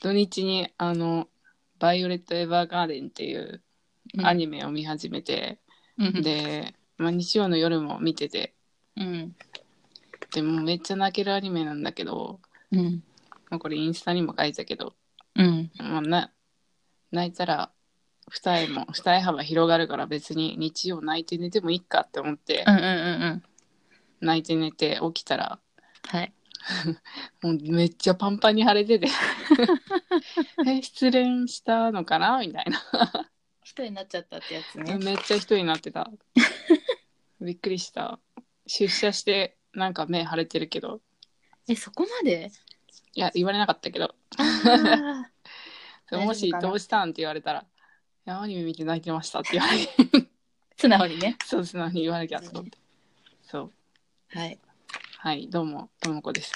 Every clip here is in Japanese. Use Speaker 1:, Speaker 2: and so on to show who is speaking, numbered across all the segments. Speaker 1: 土日にあの「バイオレット・エヴァーガーデン」っていうアニメを見始めて、
Speaker 2: うん、
Speaker 1: で、まあ、日曜の夜も見てて
Speaker 2: うん。
Speaker 1: でもうめっちゃ泣けるアニメなんだけど、
Speaker 2: うん。
Speaker 1: まあ、これインスタにも書いたけど、
Speaker 2: うん。
Speaker 1: まあ、な泣いたら二重も二重幅広がるから別に日曜泣いて寝てもいいかって思って
Speaker 2: うんうんうんうん。
Speaker 1: 泣いて寝て起きたら
Speaker 2: はい。
Speaker 1: もうめっちゃパンパンに腫れてて え失恋したのかなみたいな
Speaker 2: 一人になっちゃったってやつね。
Speaker 1: めっちゃ人になって たびっくりした出社してなんか目腫れてるけど
Speaker 2: え、そこま で
Speaker 1: いや言われなかったけど
Speaker 2: あ大丈夫かな
Speaker 1: もしどうしたんって言われたらいやアニメ見て泣いてましたって言われ て
Speaker 2: ー素直にね。
Speaker 1: そう素直に言わなきゃと思ってそう
Speaker 2: はい。
Speaker 1: はい、どうも、ともこです。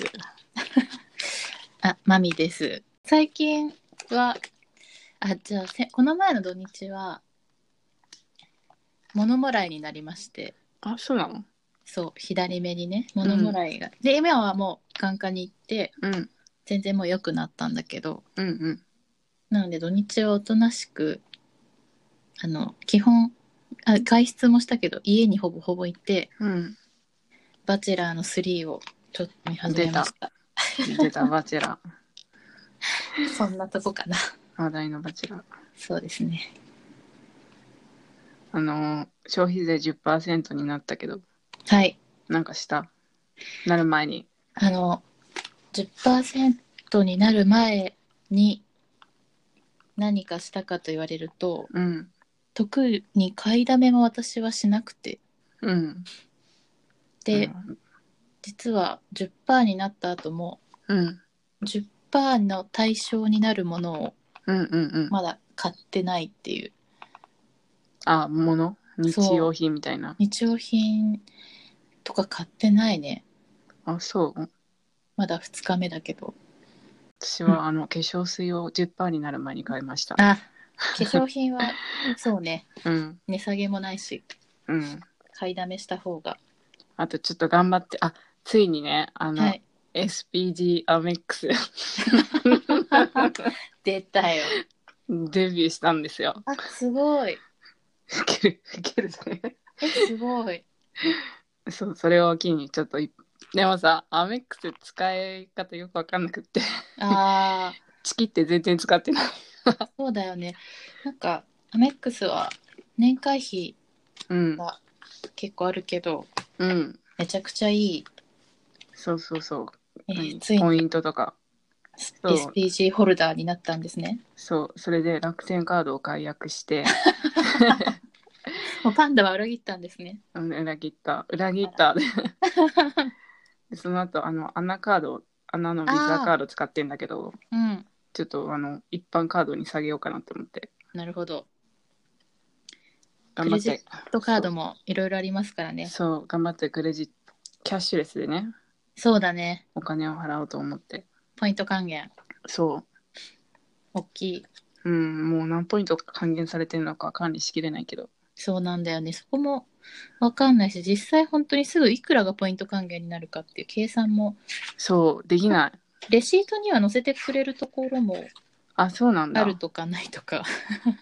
Speaker 2: あ、マミです。最近は、あ、じゃあせ、この前の土日は、物もらいになりまして、
Speaker 1: あ、そうなの
Speaker 2: そう、左目にね、物もらいが。で、今はもう眼科に行って、
Speaker 1: うん、うん、
Speaker 2: 全然もう良くなったんだけど、
Speaker 1: うん。
Speaker 2: なので土日はおとなしくあの基本あ外出もしたけど家にほぼほぼ行って
Speaker 1: うん、
Speaker 2: 「バチェラーの3」をちょっと見始めました
Speaker 1: 出た、バチェラー。
Speaker 2: そんなとこかな
Speaker 1: 話題のバチェラー。
Speaker 2: そうですね
Speaker 1: あのー、消費税10%になったけど、
Speaker 2: はい
Speaker 1: なんかしたなる前に。
Speaker 2: あの10%になる前に何かしたかと言われると
Speaker 1: うん、
Speaker 2: 特に買いだめも私はしなくて
Speaker 1: うん。
Speaker 2: で、実は10%になった後も
Speaker 1: うん、うん、
Speaker 2: 10%の対象になるものを
Speaker 1: うん、うん。うん
Speaker 2: まだ買ってないっていう
Speaker 1: あ、もの日用品みたいな。
Speaker 2: 日用品とか買ってないね
Speaker 1: あ、そう。
Speaker 2: まだ2日目だけど
Speaker 1: 私は、あの、化粧水を10%になる前に買いました。
Speaker 2: あ化粧品はそうね
Speaker 1: うん、
Speaker 2: 値下げもないし
Speaker 1: うん。
Speaker 2: 買いだめした方が
Speaker 1: あと、ちょっと頑張って、あ、ついにね、あの、
Speaker 2: はい
Speaker 1: SPG アメックス
Speaker 2: 出たよ
Speaker 1: デビューしたんですよ。
Speaker 2: あすごい
Speaker 1: 受ける、受けるね。
Speaker 2: えすごい
Speaker 1: そう、それを機にちょっとい、でもさ、アメックス使い方よくわかんなくって、
Speaker 2: あ
Speaker 1: チキって全然使ってない。
Speaker 2: ーそうだよねなんかアメックスは年会費
Speaker 1: うん。
Speaker 2: が結構あるけど
Speaker 1: うん。
Speaker 2: めちゃくちゃいい、
Speaker 1: そうそうそう。
Speaker 2: えー
Speaker 1: うん
Speaker 2: つい
Speaker 1: ポ
Speaker 2: に
Speaker 1: イントとか。そう
Speaker 2: SPG ホルダーになったんですね
Speaker 1: そう、それで楽天カードを解約して、
Speaker 2: もうパンダは裏切ったんですね
Speaker 1: うん裏切った。裏切 った。でその後、あの、穴カード、穴のビザカード使ってんだけど、
Speaker 2: うん
Speaker 1: ちょっと、あの、一般カードに下げようかなと思って。
Speaker 2: なるほど
Speaker 1: 頑張って。
Speaker 2: クレジットカードもいろいろありますからね。
Speaker 1: そう、頑張ってクレジット、キャッシュレスでね、
Speaker 2: そうだね。
Speaker 1: お金を払おうと思って。
Speaker 2: ポイント還元。
Speaker 1: そ
Speaker 2: 大きい。
Speaker 1: う。うん、もう何ポイント還元されてるのか管理しきれないけど。
Speaker 2: そうなんだよね。そこもわかんないし、実際本当にすぐいくらがポイント還元になるかっていう計算も、
Speaker 1: そう、できない。
Speaker 2: レシートには載せてくれるところも
Speaker 1: あ、そうなんだ。
Speaker 2: あるとかないとか。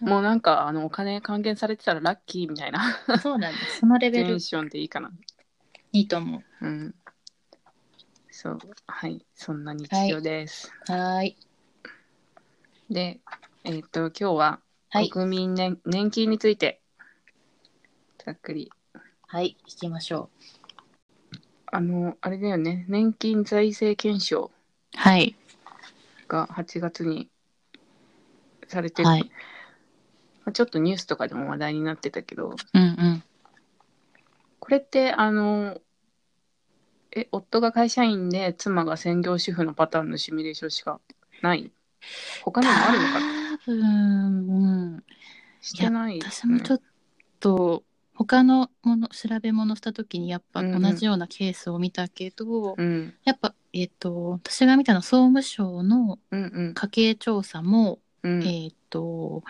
Speaker 1: もうなんか、あの、お金還元されてたらラッキーみたいな
Speaker 2: そうなんだ。 そのレ
Speaker 1: テ
Speaker 2: ベル
Speaker 1: ンションでいいかな。
Speaker 2: いいと思
Speaker 1: うん。そう、はい、そんな日常です。
Speaker 2: う。はーい。
Speaker 1: で、えっ、と、今日は
Speaker 2: はい。
Speaker 1: 国民年,、年金について、ざっくり。
Speaker 2: はい。行きましょ
Speaker 1: あの、あれだよね、年金財政検証。
Speaker 2: う。はい。
Speaker 1: が8月にされて、
Speaker 2: はい。
Speaker 1: まあちょっとニュースとかでも話題になってたけど
Speaker 2: うんうん。
Speaker 1: これってあのえ夫が会社員で妻が専業主婦のパターンのシミュレーションしかない他にもあるのかな
Speaker 2: 多分、うん。
Speaker 1: してないで
Speaker 2: 私
Speaker 1: すね、
Speaker 2: もちょっと他のもの調べ物した時にやっぱ
Speaker 1: うんう
Speaker 2: 同
Speaker 1: ん
Speaker 2: じようなケースを見たけど、
Speaker 1: うん、
Speaker 2: やっぱえっ、と私が見たのは総務省の
Speaker 1: うんうん
Speaker 2: 家計調査も、
Speaker 1: うん
Speaker 2: えっ、と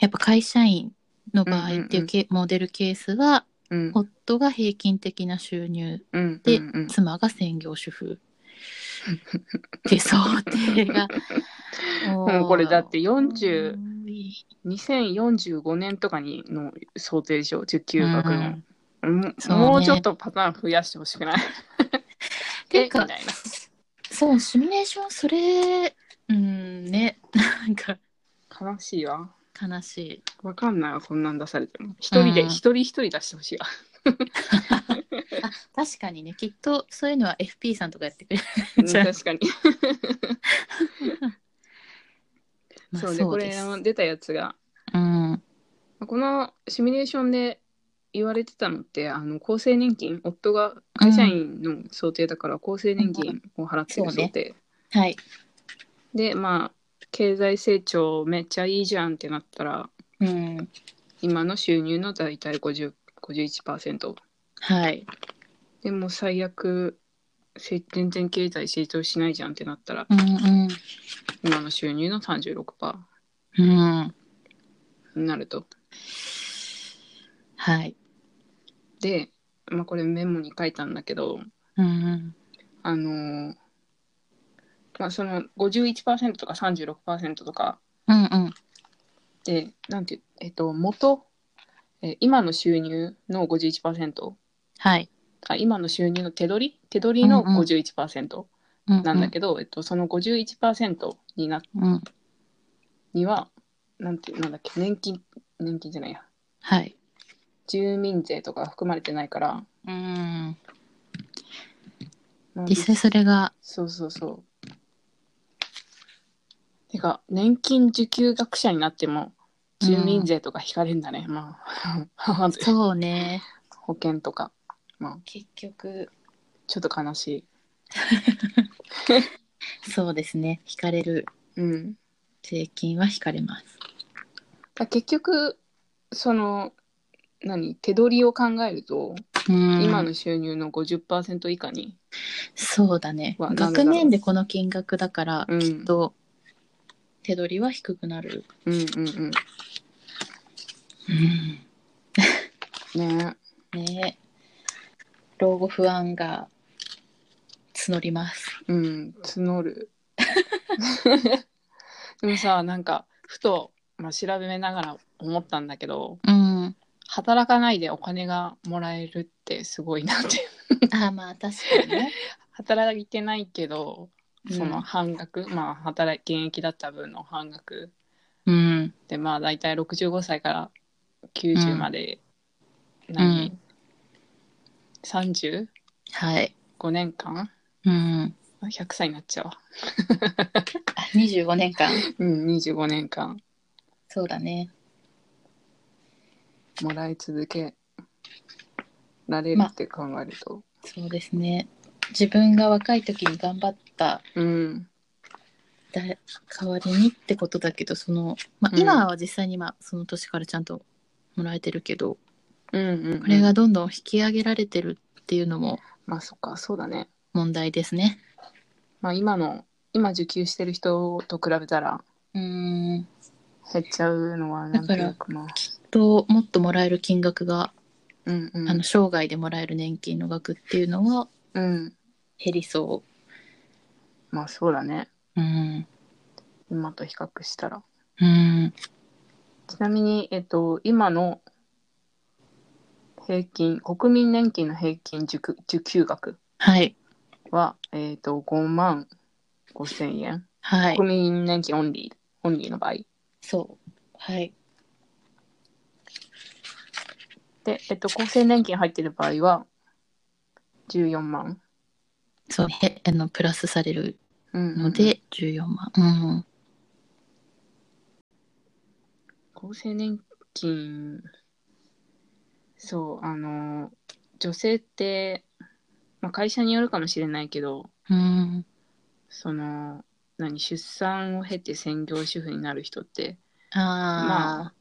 Speaker 2: やっぱ会社員の場合っていうけ、モデルケースは
Speaker 1: うん。
Speaker 2: 夫が平均的な収入
Speaker 1: うん。
Speaker 2: で、
Speaker 1: うんうん
Speaker 2: 妻が専業主婦って想定が
Speaker 1: うんこれだって40
Speaker 2: 40
Speaker 1: 2045年とかにの想定上、受給額の。うん
Speaker 2: そうね
Speaker 1: もうちょっとパターン増やしてほしくない
Speaker 2: ていうか
Speaker 1: えみたいな。
Speaker 2: そうシミュレーションそれうんねなんか
Speaker 1: 悲しいわ。
Speaker 2: 悲しい
Speaker 1: わかんないわ、こんなん出されても。一人で、
Speaker 2: うん
Speaker 1: 一人一人出してほしいわ。
Speaker 2: あ確かにねきっとそういうのは FP さんとかやってくれる
Speaker 1: うん
Speaker 2: じゃあ
Speaker 1: 確かに。
Speaker 2: まあ
Speaker 1: そうね、
Speaker 2: そ
Speaker 1: こ
Speaker 2: うで
Speaker 1: れ
Speaker 2: す
Speaker 1: あの出たやつが、
Speaker 2: うん
Speaker 1: このシミュレーションで言われてたのって、あの厚生年金、夫が会社員の想定だから、厚生年金を払ってる
Speaker 2: そうね
Speaker 1: 想定。
Speaker 2: はい
Speaker 1: で、まあ、経済成長めっちゃいいじゃんってなったら、
Speaker 2: うん
Speaker 1: 今の収入の大体50 51%。
Speaker 2: はい
Speaker 1: でもう最悪、せ全然経済成長しないじゃんってなったら、
Speaker 2: うん
Speaker 1: 今の収入の36%
Speaker 2: うんうん
Speaker 1: になると。
Speaker 2: はい
Speaker 1: で、まあ、これメモに書いたんだけど、
Speaker 2: うん
Speaker 1: あのーまあ、その51%とか36%とか
Speaker 2: うんうん
Speaker 1: で、なんていう、えっと、元、えー今の収入の51%、
Speaker 2: はい
Speaker 1: あ今の収入の手取り手取りの
Speaker 2: うんうん
Speaker 1: 51%なんだけど、えっと、その51%にな、
Speaker 2: どうん
Speaker 1: には、なんていう、なんだっけ、年金、年金じゃないや、
Speaker 2: はい
Speaker 1: 住民税とか含まれてないから、
Speaker 2: うん
Speaker 1: まあ
Speaker 2: 実際それが
Speaker 1: そうそうそう。てか、年金受給学者になっても、住民税とか引かれるんだね。まあ、 まず
Speaker 2: そうね
Speaker 1: 保険とか。まあ、
Speaker 2: 結局
Speaker 1: ちょっと悲し
Speaker 2: そうですね引かれる
Speaker 1: い。うん。
Speaker 2: 税金は引かれます
Speaker 1: だ結局、その、何、手取りを考えると、
Speaker 2: うん
Speaker 1: 今の収入の50%以下に、
Speaker 2: そうだね
Speaker 1: はなんだ
Speaker 2: 学
Speaker 1: ろう
Speaker 2: 年でこの金額だから、
Speaker 1: うん
Speaker 2: きっと手取りは低くなる、
Speaker 1: うんうんうん。ね
Speaker 2: ね老後不安が募ります
Speaker 1: うん、募 る。 でもさ、なんか、ふと、まあ、調べながら思ったんだけど、
Speaker 2: うん
Speaker 1: 働かないでお金がもらえるってすごいなって
Speaker 2: あまあ確かにね
Speaker 1: 働いてないけど
Speaker 2: うん
Speaker 1: その半額、まあ働い現役だった分の半額
Speaker 2: うん
Speaker 1: でまあ大体65歳から90まで、
Speaker 2: う
Speaker 1: 何、
Speaker 2: ん
Speaker 1: 35
Speaker 2: はい
Speaker 1: 年間
Speaker 2: うん
Speaker 1: あ100歳になっちゃうわ
Speaker 2: あ25年間
Speaker 1: うん25年間
Speaker 2: そうだね
Speaker 1: もらい続けられるって考えると、
Speaker 2: そうですね自分が若い時に頑張った
Speaker 1: うん
Speaker 2: だ代わりにってことだけどその、まあ、
Speaker 1: うん
Speaker 2: 今は実際にまあその年からちゃんともらえてるけど、
Speaker 1: うんうんうん
Speaker 2: これがどんどん引き上げられてるっていうのも
Speaker 1: まあそっかそうだね
Speaker 2: 問題ですね。
Speaker 1: まあ今の今受給してる人と比べたら
Speaker 2: うん
Speaker 1: 減っちゃうのはなんとなくまあ、
Speaker 2: ともっともらえる金額が、
Speaker 1: うんう
Speaker 2: あ
Speaker 1: ん
Speaker 2: の生涯でもらえる年金の額っていうのは
Speaker 1: うん、
Speaker 2: 減りそ
Speaker 1: まあそうだね
Speaker 2: う。うん
Speaker 1: 今と比較したら
Speaker 2: うん
Speaker 1: ちなみにえっと今の平均国民年金の平均受給受給額
Speaker 2: はい
Speaker 1: はえっと5万5千円、
Speaker 2: はい
Speaker 1: 国民年金オンリーオンリーの場合
Speaker 2: そうはい
Speaker 1: でえっと厚生年金入ってる場合は14万
Speaker 2: そうへあのプラスされる
Speaker 1: うん
Speaker 2: ので14万。
Speaker 1: 厚生年金そうあの女性って、まあ、会社によるかもしれないけど
Speaker 2: うんうん
Speaker 1: その何出産を経て専業主婦になる人って
Speaker 2: あ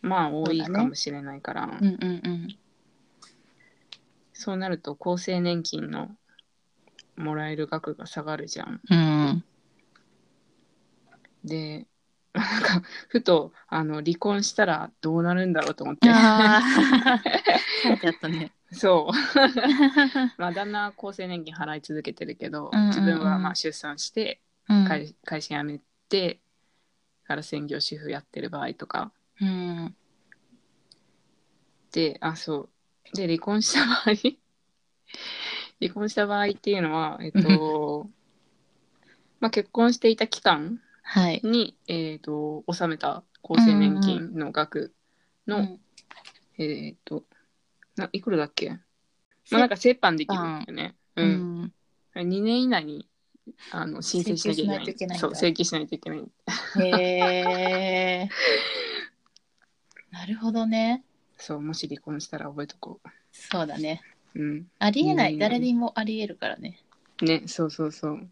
Speaker 1: まあ多い
Speaker 2: そうだね
Speaker 1: かもしれないからそう,、
Speaker 2: あ、うんうんうん
Speaker 1: なると厚生年金のもらえる額が下がるじゃん
Speaker 2: うん
Speaker 1: でなんか、ふと、あの、離婚したらどうなるんだろうと思 って。
Speaker 2: あー 書いてあったね。
Speaker 1: そう。まあ、旦那は厚生年金払い続けてるけど、
Speaker 2: うんうんうん
Speaker 1: 自分はまあ出産して、
Speaker 2: うん
Speaker 1: 会会社辞めて、から専業主婦やってる場合とか。
Speaker 2: うん、
Speaker 1: で、あ、そう。で、離婚した場合 離婚した場合っていうのは、えっと、まあ結婚していた期間
Speaker 2: はい。
Speaker 1: に、えっと、納めた厚生年金の額の、
Speaker 2: うん
Speaker 1: えーっと、ないくらだっけまあなんか折半できるんだよね。う。
Speaker 2: うんん、
Speaker 1: 2年以内にあの申請しなきゃいけない。
Speaker 2: 請求しないといけないんだ
Speaker 1: そう、請求しないといけない。
Speaker 2: へえ。 なるほどね。
Speaker 1: そう、もし離婚したら覚えとこ
Speaker 2: そうだね。
Speaker 1: う。うん。
Speaker 2: ありえな
Speaker 1: う
Speaker 2: い。
Speaker 1: ん
Speaker 2: 誰にもありえるからね。
Speaker 1: ね、そうそうそう。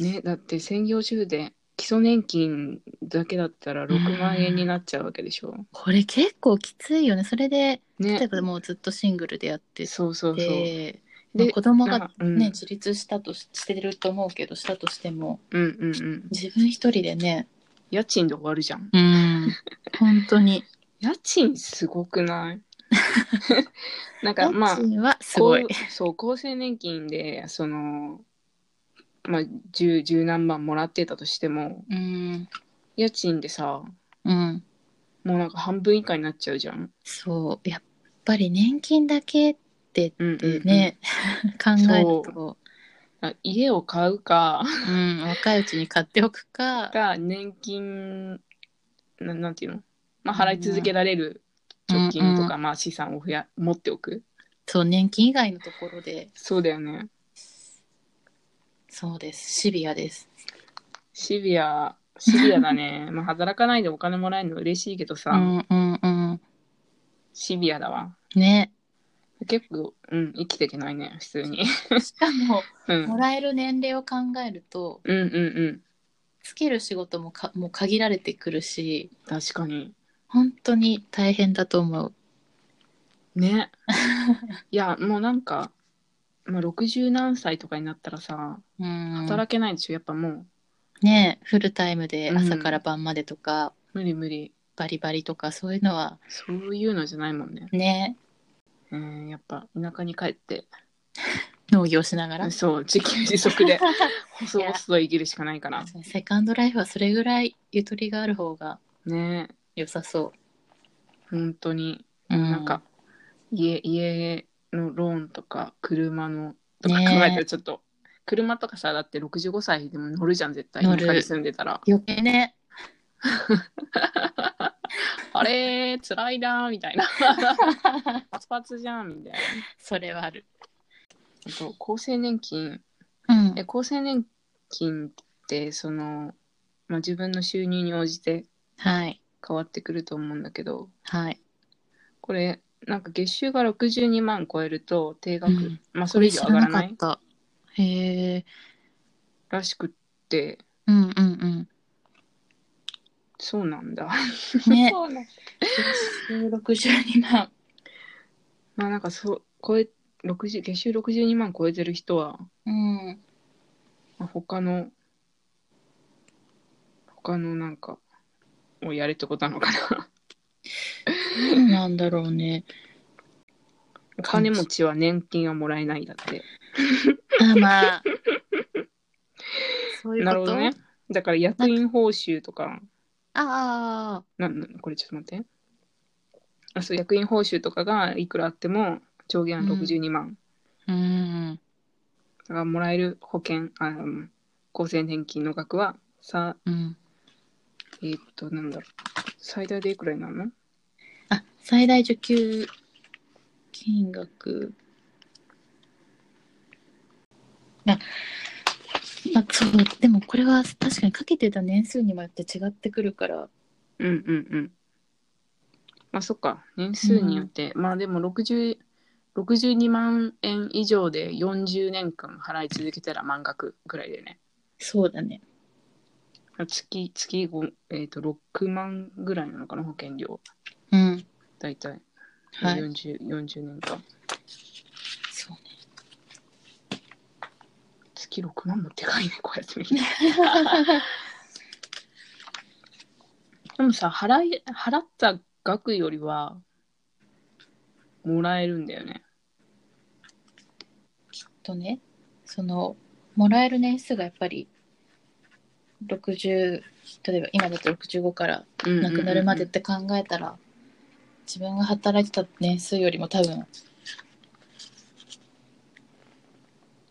Speaker 1: ね、だって専業主婦で基礎年金だけだったら6万円になっちゃうわけでしょ。
Speaker 2: これ結構きついよね。それで、例え
Speaker 1: ね。
Speaker 2: ばもうずっとシングルでやってて、
Speaker 1: そうそうそう。
Speaker 2: まあ
Speaker 1: で
Speaker 2: 子供
Speaker 1: なん
Speaker 2: が
Speaker 1: かうん
Speaker 2: ね、自立したとししてると思うけど、したとしても、
Speaker 1: うんうんうん。
Speaker 2: 自分一人でね、
Speaker 1: 家賃で終わるじゃん。
Speaker 2: うん、本当に。
Speaker 1: 家賃すごくない なんか
Speaker 2: 家
Speaker 1: まあ、
Speaker 2: 賃はすごい
Speaker 1: こ。うそう厚生年金でそのまあ十十何万もらってたとしても
Speaker 2: うん、
Speaker 1: 家賃でさ
Speaker 2: うん、
Speaker 1: もうなんか半分以下になっちゃうじゃん。
Speaker 2: そう。やっぱり年金だけって
Speaker 1: うんうんうん
Speaker 2: ね、考えると、
Speaker 1: あ家を買うか
Speaker 2: うん、若いうちに買っておくか、
Speaker 1: が年金ななんていうの、まあ、払い続けられる貯金とか、まあ、資産を増や持っておく
Speaker 2: そう、年金以外のところで、
Speaker 1: そうだよね
Speaker 2: そうです。シビアです。
Speaker 1: シビアシビアだ ねまあ働かないでお金もらえるの嬉しいけどさ、
Speaker 2: うんうんうん。
Speaker 1: シビアだわ
Speaker 2: ね。
Speaker 1: 結構、うん、生きていけないね普通に、
Speaker 2: しかも、
Speaker 1: うん、
Speaker 2: もらえる年齢を考えると、
Speaker 1: うんうんうん
Speaker 2: つける仕事もかもう限られてくるし、
Speaker 1: 確かに
Speaker 2: 本当に大変だと思う。
Speaker 1: ねいやもうなんか、まあ、60何歳とかになったらさ
Speaker 2: うん、
Speaker 1: 働けないでしょ、やっぱもう
Speaker 2: ねフルタイムで
Speaker 1: うん
Speaker 2: 朝から晩までとか、
Speaker 1: 無理無理
Speaker 2: バリバリとか、そういうのは、
Speaker 1: そういうのじゃないもんね、
Speaker 2: ね、
Speaker 1: えー、やっぱ田舎に帰って
Speaker 2: 農業しながら。
Speaker 1: そう自給自足 で細々と生きるしかないから
Speaker 2: セカンドライフはそれぐらいゆとりがある方が
Speaker 1: ね
Speaker 2: 良さそ
Speaker 1: 本当に、
Speaker 2: う。う
Speaker 1: なんか、家家のローンとか車のとか考えた
Speaker 2: ね
Speaker 1: らちょっと、車とかさだって65歳でも乗るじゃん絶対
Speaker 2: 乗る
Speaker 1: 田舎に住んでたら
Speaker 2: 余計ね、
Speaker 1: あれー、辛いなーみたい な。パツパツじゃんみたいな。
Speaker 2: それはある。
Speaker 1: あと、厚生年金。
Speaker 2: うん
Speaker 1: え、厚生年金って、その、まあ、自分の収入に応じて
Speaker 2: はい。
Speaker 1: 変わってくると思うんだけど、
Speaker 2: はい。
Speaker 1: これ、なんか月収が62万超えると定額、
Speaker 2: うん
Speaker 1: まあそれ以上上がらない
Speaker 2: 知らなかった。へえ。
Speaker 1: らしくって、
Speaker 2: うんうん
Speaker 1: そうなんだ。
Speaker 2: うん。ね。
Speaker 1: そうなん
Speaker 2: 六十二万。
Speaker 1: まあなんかそう、超え、60月収62万超えてる人は、
Speaker 2: うん。
Speaker 1: まあ他の他のなんかをやれってことなのか な
Speaker 2: どうなんだろうね。
Speaker 1: お金持ちは年金はもらえないだって
Speaker 2: あまあ。そういうこと。
Speaker 1: なるほどね。だから役員報酬とか
Speaker 2: ああ。
Speaker 1: なんなんこれちょっと待ってあそう役員報酬とかがいくらあっても上限は62万、
Speaker 2: うん。
Speaker 1: だからもらえる保険あうん厚生年金の額はさ
Speaker 2: うん。
Speaker 1: えーっとなんだろう最大でいくらになるの
Speaker 2: あ、最大受給金額。あ、まあ、そう、でもこれは確かにかけてた年数にもよって違ってくるから。
Speaker 1: うんうんうん。まあそっか、年数によって、まあでも60 62万円以上で40年間払い続けたら満額ぐらいでね。
Speaker 2: そうだね。
Speaker 1: 月、月5、えー、と6万ぐらいなのかな、保険料。
Speaker 2: うん。
Speaker 1: 大体。
Speaker 2: はい
Speaker 1: 40、40年間。
Speaker 2: そうね。
Speaker 1: 月6万もでかいね、こうやって見る でもさ払い払った額よりはもらえるんだよね
Speaker 2: とねそのもらえる年数がやっぱり60例えば今だと65から亡くなるまでって考えたら、自分が働いてた年数よりも多分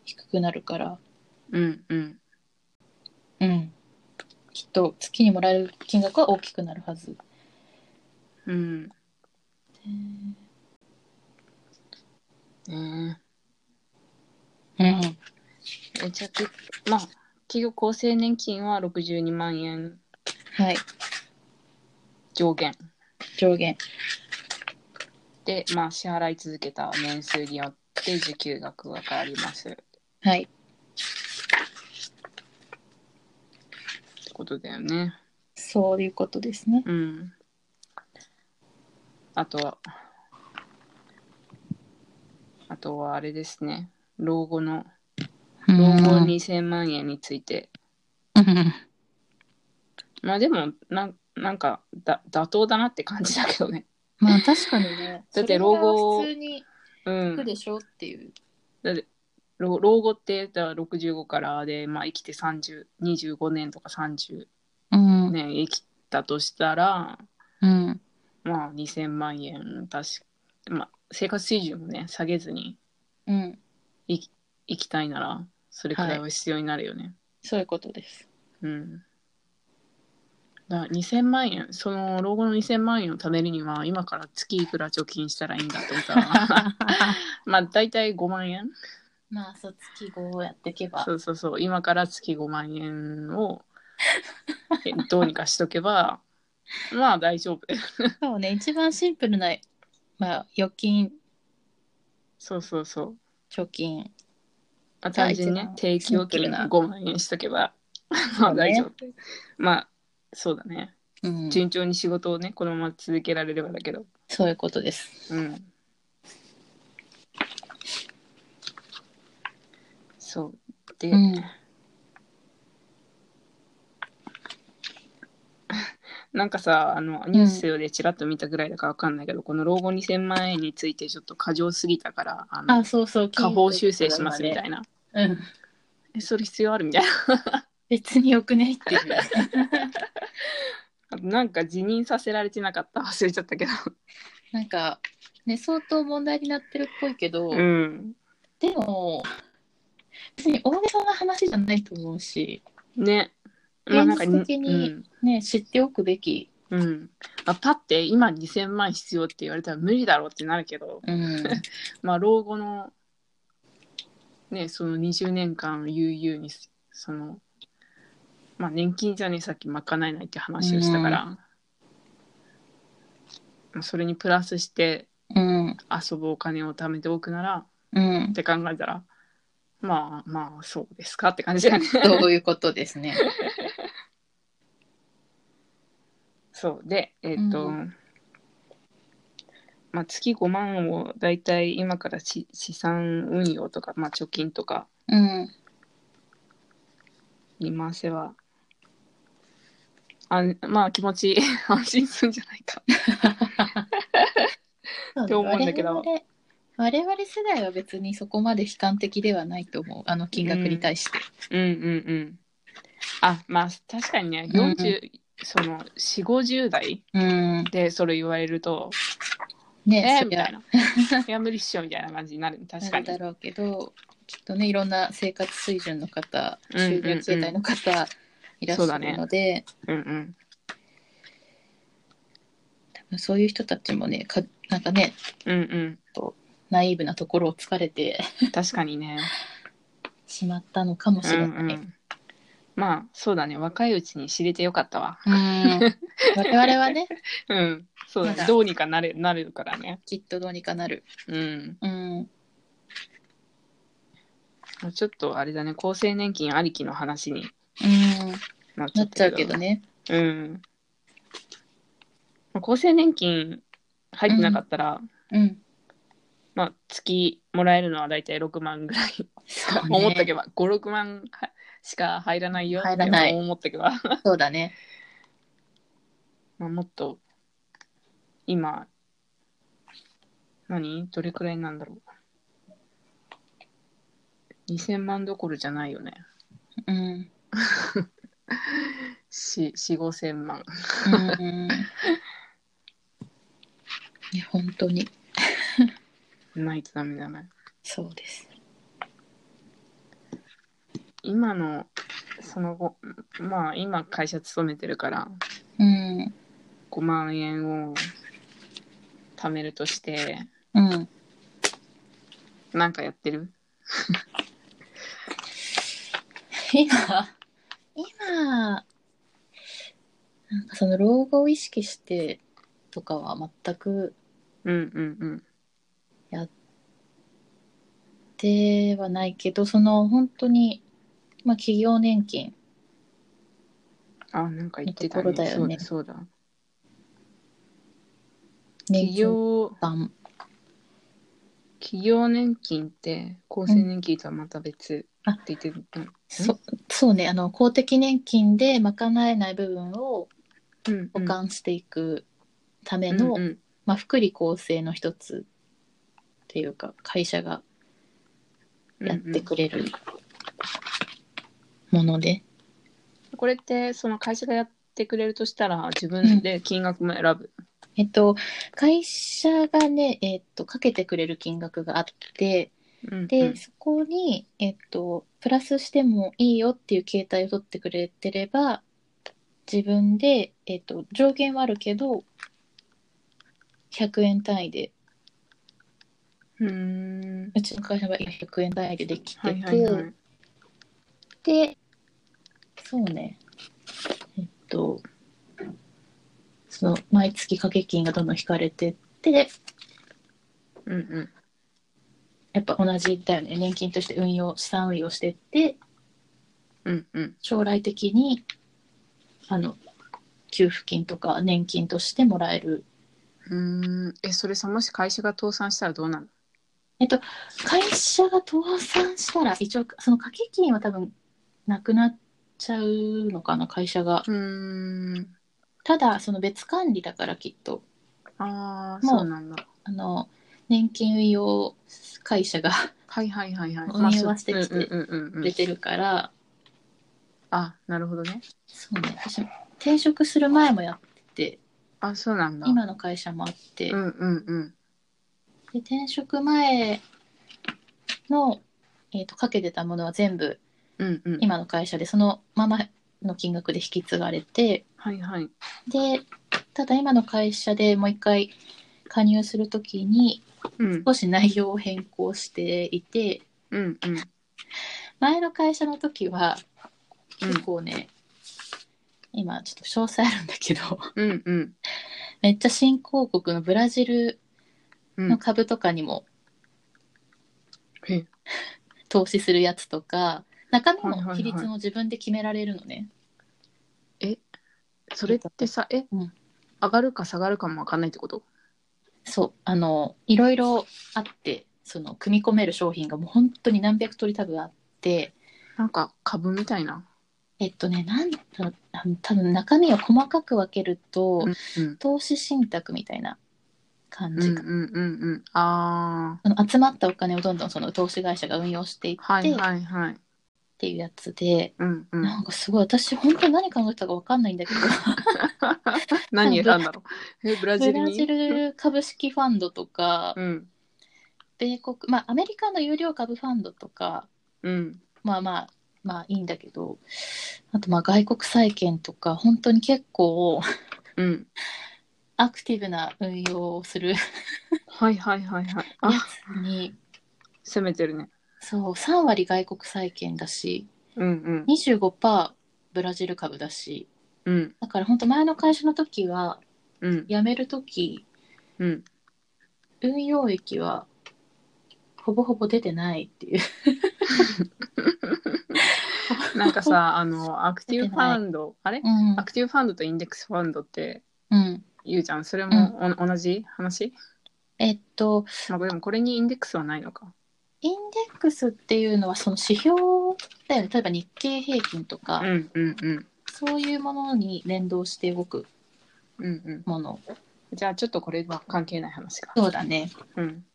Speaker 2: 低くなるから
Speaker 1: うんうん
Speaker 2: うんきっと月にもらえる金額は大きくなるはず
Speaker 1: うんね
Speaker 2: うん
Speaker 1: ええじゃあきまあ企業厚生年金は62万円
Speaker 2: はい
Speaker 1: 上限
Speaker 2: 上限
Speaker 1: で、まあ、支払い続けた年数によって受給額が変わりますって
Speaker 2: はい
Speaker 1: ことだよね。
Speaker 2: そういうことですね
Speaker 1: うん。あとは、あとはあれですね、老後の、老後2000万円について。
Speaker 2: うん
Speaker 1: まあでも、なんなんかだ、妥当だなって感じだけどね。
Speaker 2: まあ確かにね
Speaker 1: だって老後
Speaker 2: それが普通に
Speaker 1: う
Speaker 2: 行く
Speaker 1: ん。
Speaker 2: でしょっていう
Speaker 1: だって老老後ってだから65からで、まあ、生きて30、25年とか30
Speaker 2: うん
Speaker 1: 年生きたとしたら、
Speaker 2: うん
Speaker 1: まあ2000万円確か、まあ、生活水準もね下げずに
Speaker 2: うん
Speaker 1: 行きたいならそれくらいは必要になるよね、
Speaker 2: そういうことです
Speaker 1: うんだから2000万円その老後の2000万円を貯めるには今から月いくら貯金したらいいんだって思ったらまあ大体5万円
Speaker 2: まあそう月5をやっていけば
Speaker 1: そうそうそう今から月5万円をえどうにかしとけ ばまあ大丈夫
Speaker 2: そうね一番シンプルな、まあ、預金
Speaker 1: そうそうそう
Speaker 2: 貯金
Speaker 1: まあ、単純に
Speaker 2: 一
Speaker 1: ね
Speaker 2: 番
Speaker 1: 定期預
Speaker 2: シンプ
Speaker 1: 金
Speaker 2: ルな
Speaker 1: 5万円しとけば まあ大丈夫、まあそうだね
Speaker 2: うん
Speaker 1: 順調に仕事をねこのまま続けられればだけど
Speaker 2: そういうことです
Speaker 1: うんそうで、
Speaker 2: うん
Speaker 1: なんかさあのニュースでちらっと見たぐらいだかわかんないけど、この老後2000万円についてちょっと過剰すぎたからあの
Speaker 2: あそうそう
Speaker 1: 下方修正しますみた
Speaker 2: い
Speaker 1: いな
Speaker 2: な、うん、
Speaker 1: えそれ必要あるみたいな
Speaker 2: 別によくねっていう ね
Speaker 1: あとなんか辞任させられてなかった忘れちゃったけど
Speaker 2: なんかね相当問題になってるっぽいけど、
Speaker 1: うん
Speaker 2: でも別に大げさな話じゃないと思うし
Speaker 1: ね
Speaker 2: 現実的にね知っておくべき、
Speaker 1: うん、うんまあ、パッて今2000万必要って言われたら無理だろうってなるけど
Speaker 2: うん、
Speaker 1: まあ老後のねその20年間悠々にそのまあ年金じゃねさっき賄えないって話をしたから、まあそれにプラスして
Speaker 2: うん
Speaker 1: 遊ぶお金を貯めておくなら
Speaker 2: うん
Speaker 1: っ、て考えたらまあまあそうですかって感じだよね。
Speaker 2: そういうことですね。
Speaker 1: そうでえっ、と、
Speaker 2: う
Speaker 1: まあ、月5万をだいたい今からし資産運用とか、まあ、貯金とか
Speaker 2: うん、
Speaker 1: に回せばあまあ気持ち 安心するんじゃないか。って思うんだけど
Speaker 2: 我々我々世代は別にそこまで悲観的ではないと思うあの金額に対して、
Speaker 1: うんうんうん。あまあ確かにね
Speaker 2: うんうん
Speaker 1: 40、その4 5 0代
Speaker 2: うん、
Speaker 1: でそれ言われると「
Speaker 2: ね
Speaker 1: え
Speaker 2: そ
Speaker 1: ー、み
Speaker 2: り
Speaker 1: たい
Speaker 2: ゃ
Speaker 1: な「 いや無理っしょ」みたいな感じになる確
Speaker 2: な
Speaker 1: か
Speaker 2: る
Speaker 1: に。
Speaker 2: だろうけどきっとねいろんな生活水準の方
Speaker 1: うんうんう
Speaker 2: 収
Speaker 1: ん
Speaker 2: 入形態の方いらっし
Speaker 1: そうだ
Speaker 2: ゃ
Speaker 1: ね
Speaker 2: るので、
Speaker 1: うんうん
Speaker 2: 多分そういう人たちもねかなんかね
Speaker 1: うん
Speaker 2: ナイーブなところを突かれて
Speaker 1: うん確かにね。
Speaker 2: しまったのかもしれない。
Speaker 1: うんうん、まあそうだね若いうちに知れてよかったわ
Speaker 2: うん我々はね
Speaker 1: うんそうだね
Speaker 2: まだ
Speaker 1: どうにかなれなるからね
Speaker 2: きっとどうにかなる、
Speaker 1: うん
Speaker 2: うん、
Speaker 1: ちょっとあれだね厚生年金ありきの話に
Speaker 2: うん、
Speaker 1: なっち
Speaker 2: な
Speaker 1: ゃ
Speaker 2: っ
Speaker 1: っ
Speaker 2: ち
Speaker 1: た
Speaker 2: ゃうけどね
Speaker 1: うんまあ厚生年金入ってなかったら、
Speaker 2: うん
Speaker 1: まあ月もらえるのは大体6万ぐらい、
Speaker 2: そうね
Speaker 1: 思っとけば56万はしか入らないよって
Speaker 2: 入らない
Speaker 1: 思っとけば
Speaker 2: そうだね
Speaker 1: まあ、もっと今何どれくらいなんだろう2000万どころじゃないよね
Speaker 2: うん。
Speaker 1: 4 4 5千万
Speaker 2: うん。いや、本当に。
Speaker 1: ないとダメじゃない
Speaker 2: そうです。
Speaker 1: 今のその後まあ今会社勤めてるから
Speaker 2: うん。
Speaker 1: 5万円を貯めるとして
Speaker 2: うん。
Speaker 1: なんかやってる
Speaker 2: 今、今、なんかその老後を意識してとかは全く
Speaker 1: うんうんうん
Speaker 2: ではないけど、その本当に、まあ企業年金
Speaker 1: あなんか言ってた
Speaker 2: ところだよね
Speaker 1: そうだそうだ企
Speaker 2: 年金
Speaker 1: 業
Speaker 2: 版
Speaker 1: 企業年金って厚生年金とはまた別って言ってる、うん
Speaker 2: そそうねあの公的年金で賄えない部分を
Speaker 1: うんうん、
Speaker 2: 保管していくため
Speaker 1: へう
Speaker 2: の、
Speaker 1: んうん
Speaker 2: まあ、福利厚生の一つっていうか会社がやってくれるもので、
Speaker 1: これってその会社がやってくれるとしたら自分で金額も選ぶ。
Speaker 2: えっと会社がね、えっと、かけてくれる金額があって
Speaker 1: うん
Speaker 2: で、そこに、えっと、プラスしてもいいよっていう形態を取ってくれてれば自分で、えっと、上限はあるけど100円単位で
Speaker 1: うん、うん
Speaker 2: うちの会社は100円単位ででき
Speaker 1: は
Speaker 2: て
Speaker 1: い
Speaker 2: て、
Speaker 1: はいはい。
Speaker 2: でそうねえっとその毎月掛け金がどんどん引かれてって
Speaker 1: うんうん
Speaker 2: やっぱ同じだよね年金として運用資産運用してって
Speaker 1: うんうん
Speaker 2: 将来的にあの給付金とか年金としてもらえる
Speaker 1: うん。えそれさもし会社が倒産したらどうなる
Speaker 2: 会社が倒産したら一応その掛け金は多分なくなっちゃうのかな会社が
Speaker 1: の？うん。
Speaker 2: ただその別管理だからきっと
Speaker 1: ああ
Speaker 2: もう
Speaker 1: そうなんだ。
Speaker 2: あの年金運用会社が
Speaker 1: はいはいはいはい。
Speaker 2: 運用はしてきて
Speaker 1: まあそううんうんうんう
Speaker 2: 出
Speaker 1: ん。
Speaker 2: てるから、
Speaker 1: あなるほどね。
Speaker 2: そうね私も転職する前もやってて
Speaker 1: あそうなんだ。
Speaker 2: 今の会社もあって、
Speaker 1: うんうんうん。
Speaker 2: で転職前の、えー、とかけてたものは全部
Speaker 1: うんうん、
Speaker 2: 今の会社でそのままの金額で引き継がれて
Speaker 1: はいはい。
Speaker 2: でただ今の会社でもう一回加入するときに
Speaker 1: うん
Speaker 2: 少し内容を変更していて
Speaker 1: うんうん
Speaker 2: 前の会社の時は
Speaker 1: うん
Speaker 2: 結構ね、今ちょっと詳細あるんだけど
Speaker 1: うんうん
Speaker 2: めっちゃ新興国のブラジル
Speaker 1: うん
Speaker 2: の株とかにも
Speaker 1: へ
Speaker 2: 投資するやつとか中身
Speaker 1: はいはいは
Speaker 2: も
Speaker 1: い
Speaker 2: 比率も自分で決められるのね、
Speaker 1: それってさえ、
Speaker 2: うん
Speaker 1: 上がるか下がるかもわかんないってこと
Speaker 2: そうあのいろいろあってその組み込める商品がもう本当に何百通り多分あって
Speaker 1: なんか株みたいな。
Speaker 2: えっとねなんだろうあの多分中身を細かく分けると、
Speaker 1: うん
Speaker 2: 投資信託みたいな感
Speaker 1: うんう
Speaker 2: じ
Speaker 1: ん
Speaker 2: か、
Speaker 1: うんうん。あ
Speaker 2: その集まったお金をどんどんその投資会社が運用していって、
Speaker 1: あ。はいはいはい。
Speaker 2: っていうやつで、
Speaker 1: うんうん。
Speaker 2: なんかすごい私本当に何考えてたか分かんないんだけど
Speaker 1: 何選んだろう。え、ブラジ
Speaker 2: ブ
Speaker 1: ル
Speaker 2: ラ
Speaker 1: に。
Speaker 2: ジル株式ファンドとか、
Speaker 1: うん
Speaker 2: 米国まあアメリカの有料株ファンドとか
Speaker 1: うん。
Speaker 2: まあまあまあいいんだけどあとまあ外国債券とか本当に結構
Speaker 1: うん。
Speaker 2: アクティブな運用をするや
Speaker 1: はいはいはいはい。あ、
Speaker 2: つに
Speaker 1: 攻めてるね。
Speaker 2: そう3割外国債券だし
Speaker 1: うん
Speaker 2: 25%ブラジル株だし
Speaker 1: うん。うん
Speaker 2: だから本当前の会社の時は
Speaker 1: うん
Speaker 2: 辞める時
Speaker 1: うん。
Speaker 2: 運用益はほぼほぼ出てないっていう
Speaker 1: なんかさ、あの、アクティブファンド、あれ
Speaker 2: うん
Speaker 1: アクティブファンドとインデックスファンドって
Speaker 2: うん
Speaker 1: 言うじゃん。それもお同じ話
Speaker 2: えっと
Speaker 1: まあでもこれにインデックスはないのか。
Speaker 2: インデックスっていうのはその指標だよね例えば日経平均とか、
Speaker 1: うんうんうん。
Speaker 2: そういうものに連動して動く
Speaker 1: うんうん
Speaker 2: もの。
Speaker 1: じゃあちょっとこれは関係ない話か。
Speaker 2: そうだね。
Speaker 1: うん。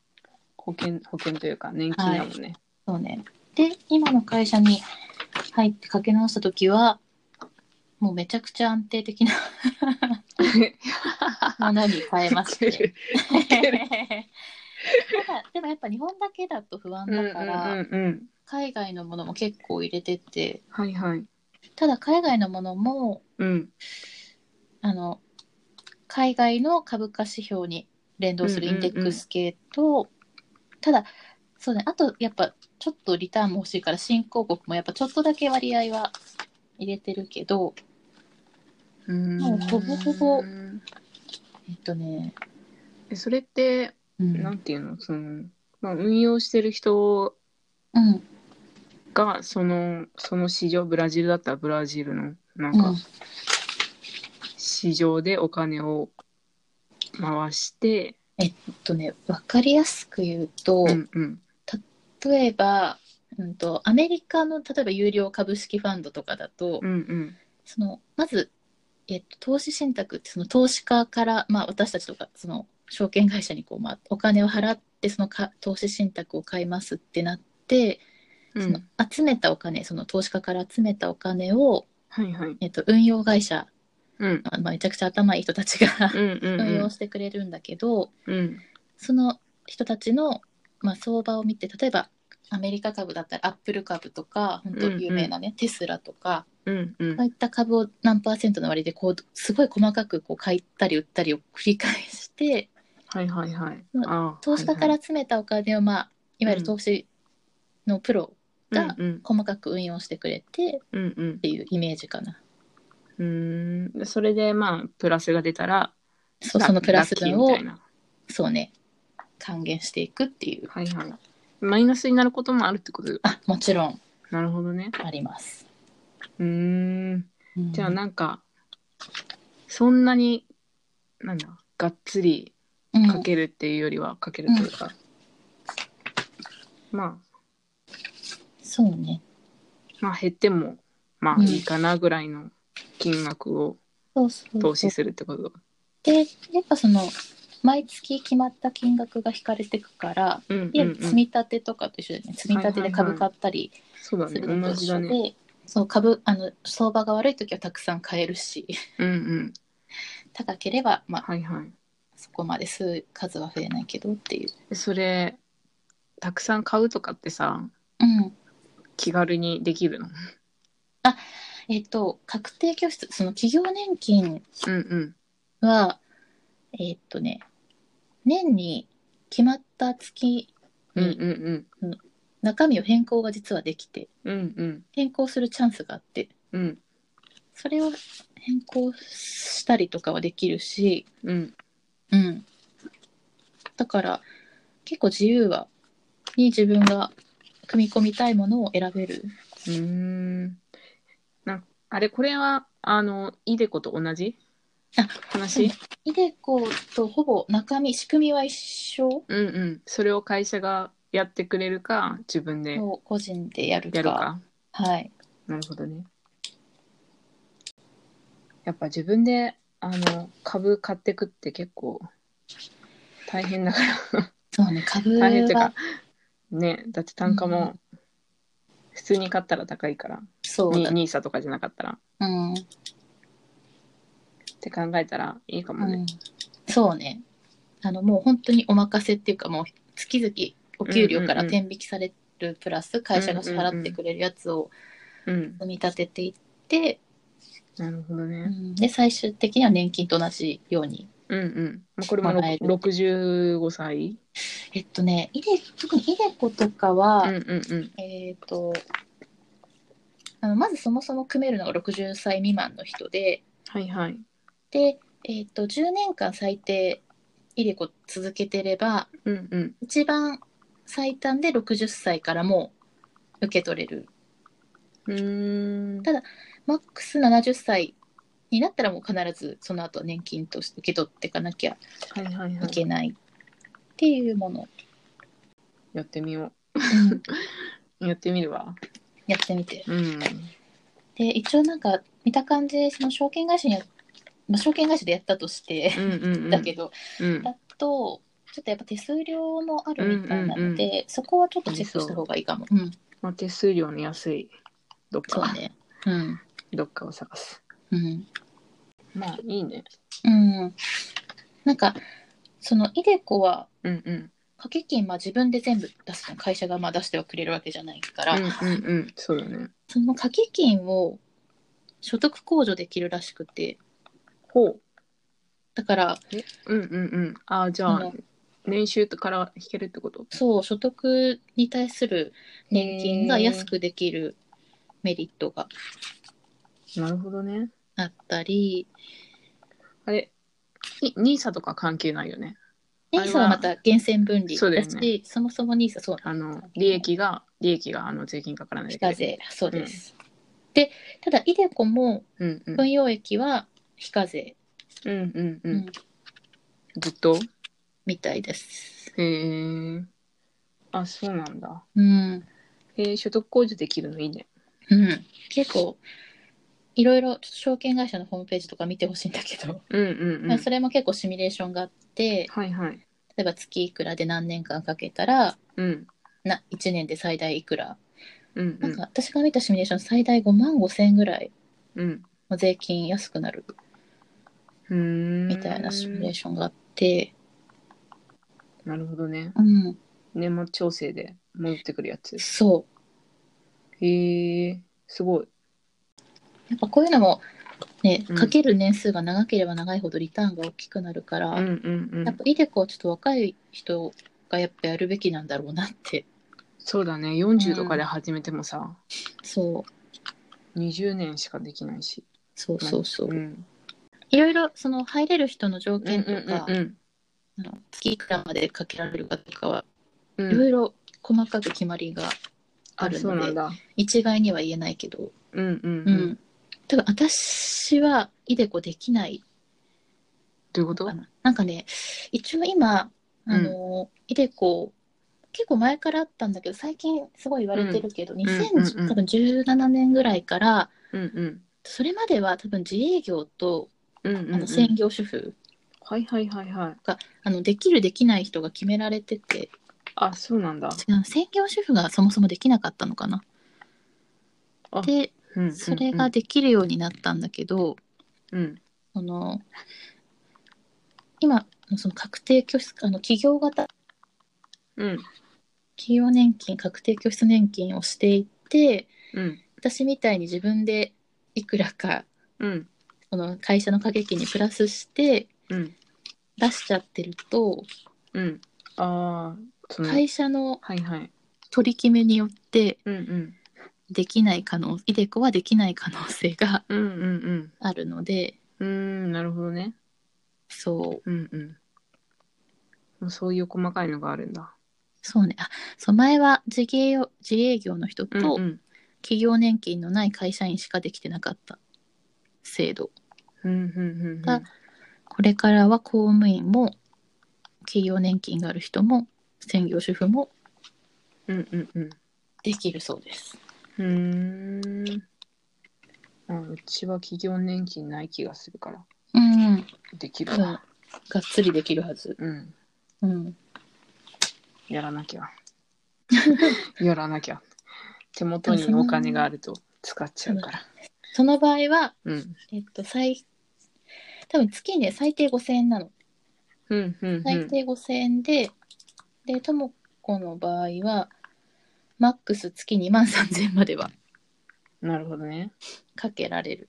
Speaker 1: 保険、保険というか年金だもんね。
Speaker 2: そうね。で、今の会社に入ってかけ直した時は、もうめちゃくちゃ安定 的なものに変えまして。 ただでもやっぱ日本だけだと不安
Speaker 1: うんうん
Speaker 2: だから、
Speaker 1: うんうん。
Speaker 2: 海外のものも結構入れてて
Speaker 1: はいはい。
Speaker 2: ただ海外のものも
Speaker 1: うん。
Speaker 2: あの海外の株価指標に連動するインデックス系と、ただそうねあとやっぱちょっとリターンも欲しいから新興国もやっぱちょっとだけ割合は入れてるけど
Speaker 1: も
Speaker 2: うほぼほぼえっとね
Speaker 1: えそれって、
Speaker 2: うん、
Speaker 1: なんていうのその、まあ、運用してる人
Speaker 2: うん
Speaker 1: がそのその市場ブラジルだったらブラジルのなんか
Speaker 2: うん
Speaker 1: 市場でお金を回して、
Speaker 2: えっとね分かりやすく言うと、
Speaker 1: うんうん、
Speaker 2: 例えば、うん、とアメリカの例えば有料株式ファンドとかだと、
Speaker 1: うんうん
Speaker 2: そのまず、えっと、投資信託ってその投資家から、まあ、私たちとかその証券会社にこう、まあ、お金を払ってそのか投資信託を買いますってなって、
Speaker 1: う
Speaker 2: その
Speaker 1: ん
Speaker 2: 集めたお金その投資家から集めたお金を、
Speaker 1: はいはい
Speaker 2: えっと、運用会社、
Speaker 1: うん
Speaker 2: まあ、めちゃくちゃ頭いい人たちが
Speaker 1: うんうん
Speaker 2: 運
Speaker 1: う
Speaker 2: 用
Speaker 1: ん
Speaker 2: してくれるんだけど、
Speaker 1: うん
Speaker 2: その人たちの、まあ、相場を見て例えばアメリカ株だったらアップル株とか本当有名なね、テスラと
Speaker 1: うんう
Speaker 2: か、
Speaker 1: ん
Speaker 2: そういった株を何パーセントの割でこうすごい細かくこう買ったり売ったりを繰り返して
Speaker 1: はいはいはい
Speaker 2: ま
Speaker 1: あー
Speaker 2: 投資家か
Speaker 1: は
Speaker 2: ら
Speaker 1: い
Speaker 2: 集めたお金を、まあ、いわゆる投資のプロ
Speaker 1: はい
Speaker 2: が
Speaker 1: うん
Speaker 2: 細かく運用してくれてっ
Speaker 1: うんうん
Speaker 2: ていうイメージかな。
Speaker 1: うんうーんそれでまあプラスが出たら
Speaker 2: そう
Speaker 1: ラ
Speaker 2: そのプラス
Speaker 1: ラッキー
Speaker 2: 分
Speaker 1: み
Speaker 2: を
Speaker 1: たいな
Speaker 2: そうね還元していくっていう
Speaker 1: はいはいマイナスになることもあるってこと
Speaker 2: あもちろん
Speaker 1: なるほどね
Speaker 2: あります。
Speaker 1: うーん
Speaker 2: うん
Speaker 1: じゃあなんか、そんなになんだがっつり
Speaker 2: うん
Speaker 1: かけるっていうよりはかけるというか、まあ
Speaker 2: そうね
Speaker 1: まあ減ってもまあいいかなぐらいの金額を
Speaker 2: そうそうそう
Speaker 1: 投資するってこと、
Speaker 2: でやっぱその毎月決まった金額が引かれてくから
Speaker 1: うんうん
Speaker 2: いわ
Speaker 1: う
Speaker 2: ゆ
Speaker 1: ん
Speaker 2: る積み立てとかと一緒だよね、積み立てで株買ったり
Speaker 1: そうだ
Speaker 2: す
Speaker 1: ね
Speaker 2: るの
Speaker 1: 同
Speaker 2: と
Speaker 1: じ
Speaker 2: 一緒
Speaker 1: だ
Speaker 2: で、
Speaker 1: ね
Speaker 2: そう株あの相場が悪い時はたくさん買えるし
Speaker 1: うんうん
Speaker 2: 高ければ、まあ、
Speaker 1: はいはい
Speaker 2: そこまで数数は増えないけどっていう、
Speaker 1: でそれたくさん買うとかってさ
Speaker 2: うん、
Speaker 1: 気軽にできるの
Speaker 2: えっと確定拠出その企業年金
Speaker 1: うんうん
Speaker 2: はえっとね年に決まった月
Speaker 1: うん
Speaker 2: に
Speaker 1: うん
Speaker 2: 中身を変更が実はできて
Speaker 1: うんうんうん
Speaker 2: 変更するチャンスがあって
Speaker 1: うん
Speaker 2: それを変更したりとかはできるし、
Speaker 1: うん
Speaker 2: うん、だから結構自由はに自分が組み込みたいものを選べる
Speaker 1: うーんなんあれこれはあのイデコと同じ
Speaker 2: あ
Speaker 1: 話
Speaker 2: イデコとほぼ中身仕組みは一緒
Speaker 1: うんうんそれを会社がやってくれるか自分で
Speaker 2: を個人でやるか
Speaker 1: やるか
Speaker 2: はい
Speaker 1: なるほどねやっぱ自分であの株買ってくって結構大変だから
Speaker 2: そうね株は
Speaker 1: 大変っていうかねだって単価も普通に買ったら高いから、
Speaker 2: そう
Speaker 1: に
Speaker 2: だ、
Speaker 1: ニーサとかじゃなかったら
Speaker 2: うん
Speaker 1: って考えたらいいかも
Speaker 2: う
Speaker 1: ね
Speaker 2: ん、そうねあのもう本当にお任せっていうかもう月々お給料から
Speaker 1: うんうんうん
Speaker 2: 転引きされるプラス会社が支払ってくれるやつを
Speaker 1: うん、
Speaker 2: 組み立てていって、
Speaker 1: なるほどね、
Speaker 2: うんで最終的には年金と同じように
Speaker 1: うんうん。まあこれも
Speaker 2: もらえる
Speaker 1: 65歳
Speaker 2: えっとねイデ特にイデコとかは、
Speaker 1: うんうんうん。
Speaker 2: えっとあのまずそもそも組めるのが60歳未満の人で
Speaker 1: はいはい。
Speaker 2: で、えっと10年間最低イデコ続けてれば
Speaker 1: うんうん。
Speaker 2: 一番最短で60歳からもう受け取れる
Speaker 1: うーん。
Speaker 2: たマックス70歳になったらもう必ずその後は年金として受け取っていかなきゃ
Speaker 1: はいはいはいい。
Speaker 2: けないっていうもの、
Speaker 1: やってみよ
Speaker 2: うん
Speaker 1: う。やってみるわ。
Speaker 2: やってみて
Speaker 1: うん。
Speaker 2: で一応なんか見た感じその証券会社にはまあ、証券会社でやったとして
Speaker 1: うんうんうん。
Speaker 2: だけど、
Speaker 1: うん
Speaker 2: だとちょっとやっぱ手数料もあるみたいなので、そこはちょっとチェックした方がいいかも。うん、
Speaker 1: まあ、手数料の安いどっ
Speaker 2: そう
Speaker 1: か、
Speaker 2: ね。うん、
Speaker 1: どっかを探す。
Speaker 2: うん、
Speaker 1: まあいいね。
Speaker 2: うん。なんかそのイデコは
Speaker 1: うんうん。
Speaker 2: 掛け金まあ自分で全部出すの会社がまあ出してはくれるわけじゃないから、
Speaker 1: うんうんうん。そうだね。
Speaker 2: その掛け金を所得控除できるらしくて
Speaker 1: ほう。
Speaker 2: だから
Speaker 1: うんうんうん。ああじゃ
Speaker 2: う
Speaker 1: あ年収とから引けるってこと
Speaker 2: そう所得に対する年金が安くできるメリットが
Speaker 1: なるほどね。
Speaker 2: あったり
Speaker 1: あれ、いニーサとか関係ないよね。あれは
Speaker 2: NISA はまた源泉分離
Speaker 1: そうだよ
Speaker 2: だ
Speaker 1: ね
Speaker 2: しそ,、もそも NISA そう
Speaker 1: あの、利益が、利益があの税金かからない
Speaker 2: 非
Speaker 1: だ
Speaker 2: 課
Speaker 1: けで。
Speaker 2: 税そうです、でただイデコも
Speaker 1: うんうん。
Speaker 2: 運用益は非課税
Speaker 1: うんうんう
Speaker 2: うんん。
Speaker 1: ずっと
Speaker 2: みたいです、
Speaker 1: へえ。あ、そうなんだ。
Speaker 2: うん
Speaker 1: へえ、所得控除できるのいいね。
Speaker 2: うん、結構いろいろちょっと証券会社のホームページとか見てほしいんだけど、
Speaker 1: うんうんう
Speaker 2: まあ
Speaker 1: ん。
Speaker 2: それも結構シミュレーションがあって
Speaker 1: はいはい。
Speaker 2: 例えば月いくらで何年間かけたら
Speaker 1: うん。
Speaker 2: な1年で最大いくら
Speaker 1: うんう
Speaker 2: なん
Speaker 1: ん
Speaker 2: か。私が見たシミュレーション最大5万5千ぐらい
Speaker 1: うん。
Speaker 2: の税金安くなる
Speaker 1: うーん。
Speaker 2: みたいなシミュレーションがあって、
Speaker 1: なるほどね。
Speaker 2: うん、
Speaker 1: 年末調整で戻ってくるやつ。
Speaker 2: そ
Speaker 1: へえ、すごい。
Speaker 2: うやっぱこういうのも、ね
Speaker 1: うん
Speaker 2: かける年数が長ければ長いほどリターンが大きくなるから、
Speaker 1: うんうんう
Speaker 2: やっ
Speaker 1: ん。
Speaker 2: ぱイデコはちょっと若い人がやっぱやるべきなんだろうなって
Speaker 1: そうだね。40とかで始めてもさ、
Speaker 2: そう
Speaker 1: 20年しかできないし。
Speaker 2: そうそうそう、
Speaker 1: うん。
Speaker 2: いろいろその入れる人の条
Speaker 1: うん
Speaker 2: 件とか、
Speaker 1: うん
Speaker 2: あの月いくらまでかけられるかとかは
Speaker 1: うん
Speaker 2: い
Speaker 1: うん。
Speaker 2: ろいろ細かく決まりがあ
Speaker 1: あ、
Speaker 2: る
Speaker 1: そう
Speaker 2: の
Speaker 1: な
Speaker 2: で、
Speaker 1: んだ。
Speaker 2: 一概には言えないけど
Speaker 1: うんうん
Speaker 2: う、
Speaker 1: うんん。
Speaker 2: ただ私はイデコできない
Speaker 1: どういうこと
Speaker 2: かななんかね一応今あの、イデコ結構前からあったんだけど最近すごい言われてるけど、
Speaker 1: うんうん
Speaker 2: 2017年ぐらいから
Speaker 1: うんうん。
Speaker 2: それまでは多分自営業と
Speaker 1: うんうん
Speaker 2: あ
Speaker 1: うん
Speaker 2: の専業主婦、
Speaker 1: はいはいはいはい。
Speaker 2: あのできるできない人が決められてて
Speaker 1: あ、そうなんだ。
Speaker 2: 違う専業主婦がそもそもできなかったのかな
Speaker 1: あ
Speaker 2: で
Speaker 1: うんうんうん
Speaker 2: それが、できるようになったんだけど、
Speaker 1: うん。
Speaker 2: その今その確定拠出あの企業型
Speaker 1: うん。
Speaker 2: 企業年金確定拠出年金をしていて
Speaker 1: うん。
Speaker 2: 私みたいに自分でいくらか
Speaker 1: うん。
Speaker 2: その会社の掛け金にプラスして
Speaker 1: うん。
Speaker 2: 出しちゃってると
Speaker 1: うん。ああ、その、はい
Speaker 2: 会社の
Speaker 1: はい。
Speaker 2: 取り決めによって
Speaker 1: うんうん。
Speaker 2: できない可能イデコはできない可能性が
Speaker 1: うんうん
Speaker 2: あるので
Speaker 1: うん。うーん、なるほどね。
Speaker 2: そう
Speaker 1: うんうん。もうそういう細かいのがあるんだ。
Speaker 2: そうね。あ、そう、前は自営業自営業の人
Speaker 1: うん
Speaker 2: と
Speaker 1: うん。
Speaker 2: 企業年金のない会社員しかできてなかった制度。
Speaker 1: うんうんうんうん。
Speaker 2: がこれからは公務員も企業年金がある人も専業主婦も
Speaker 1: うんうんうん。
Speaker 2: できるそうです。
Speaker 1: うーん。あうちは企業年金ない気がするから、
Speaker 2: うん。
Speaker 1: できる
Speaker 2: 多分、が
Speaker 1: わ。
Speaker 2: っつりできるはず。
Speaker 1: うん。
Speaker 2: うん。
Speaker 1: やらなきゃ。 やらなきゃ。手元にお金があると使っちゃうから。
Speaker 2: その場合は、
Speaker 1: うん。
Speaker 2: えっと、最、多分月ね、最低5000円なの。
Speaker 1: うんうんう
Speaker 2: 最
Speaker 1: ん。
Speaker 2: 低5000円で、で、ともこの場合は、マックス月2万3000円までは
Speaker 1: なるほどね。
Speaker 2: かけられる。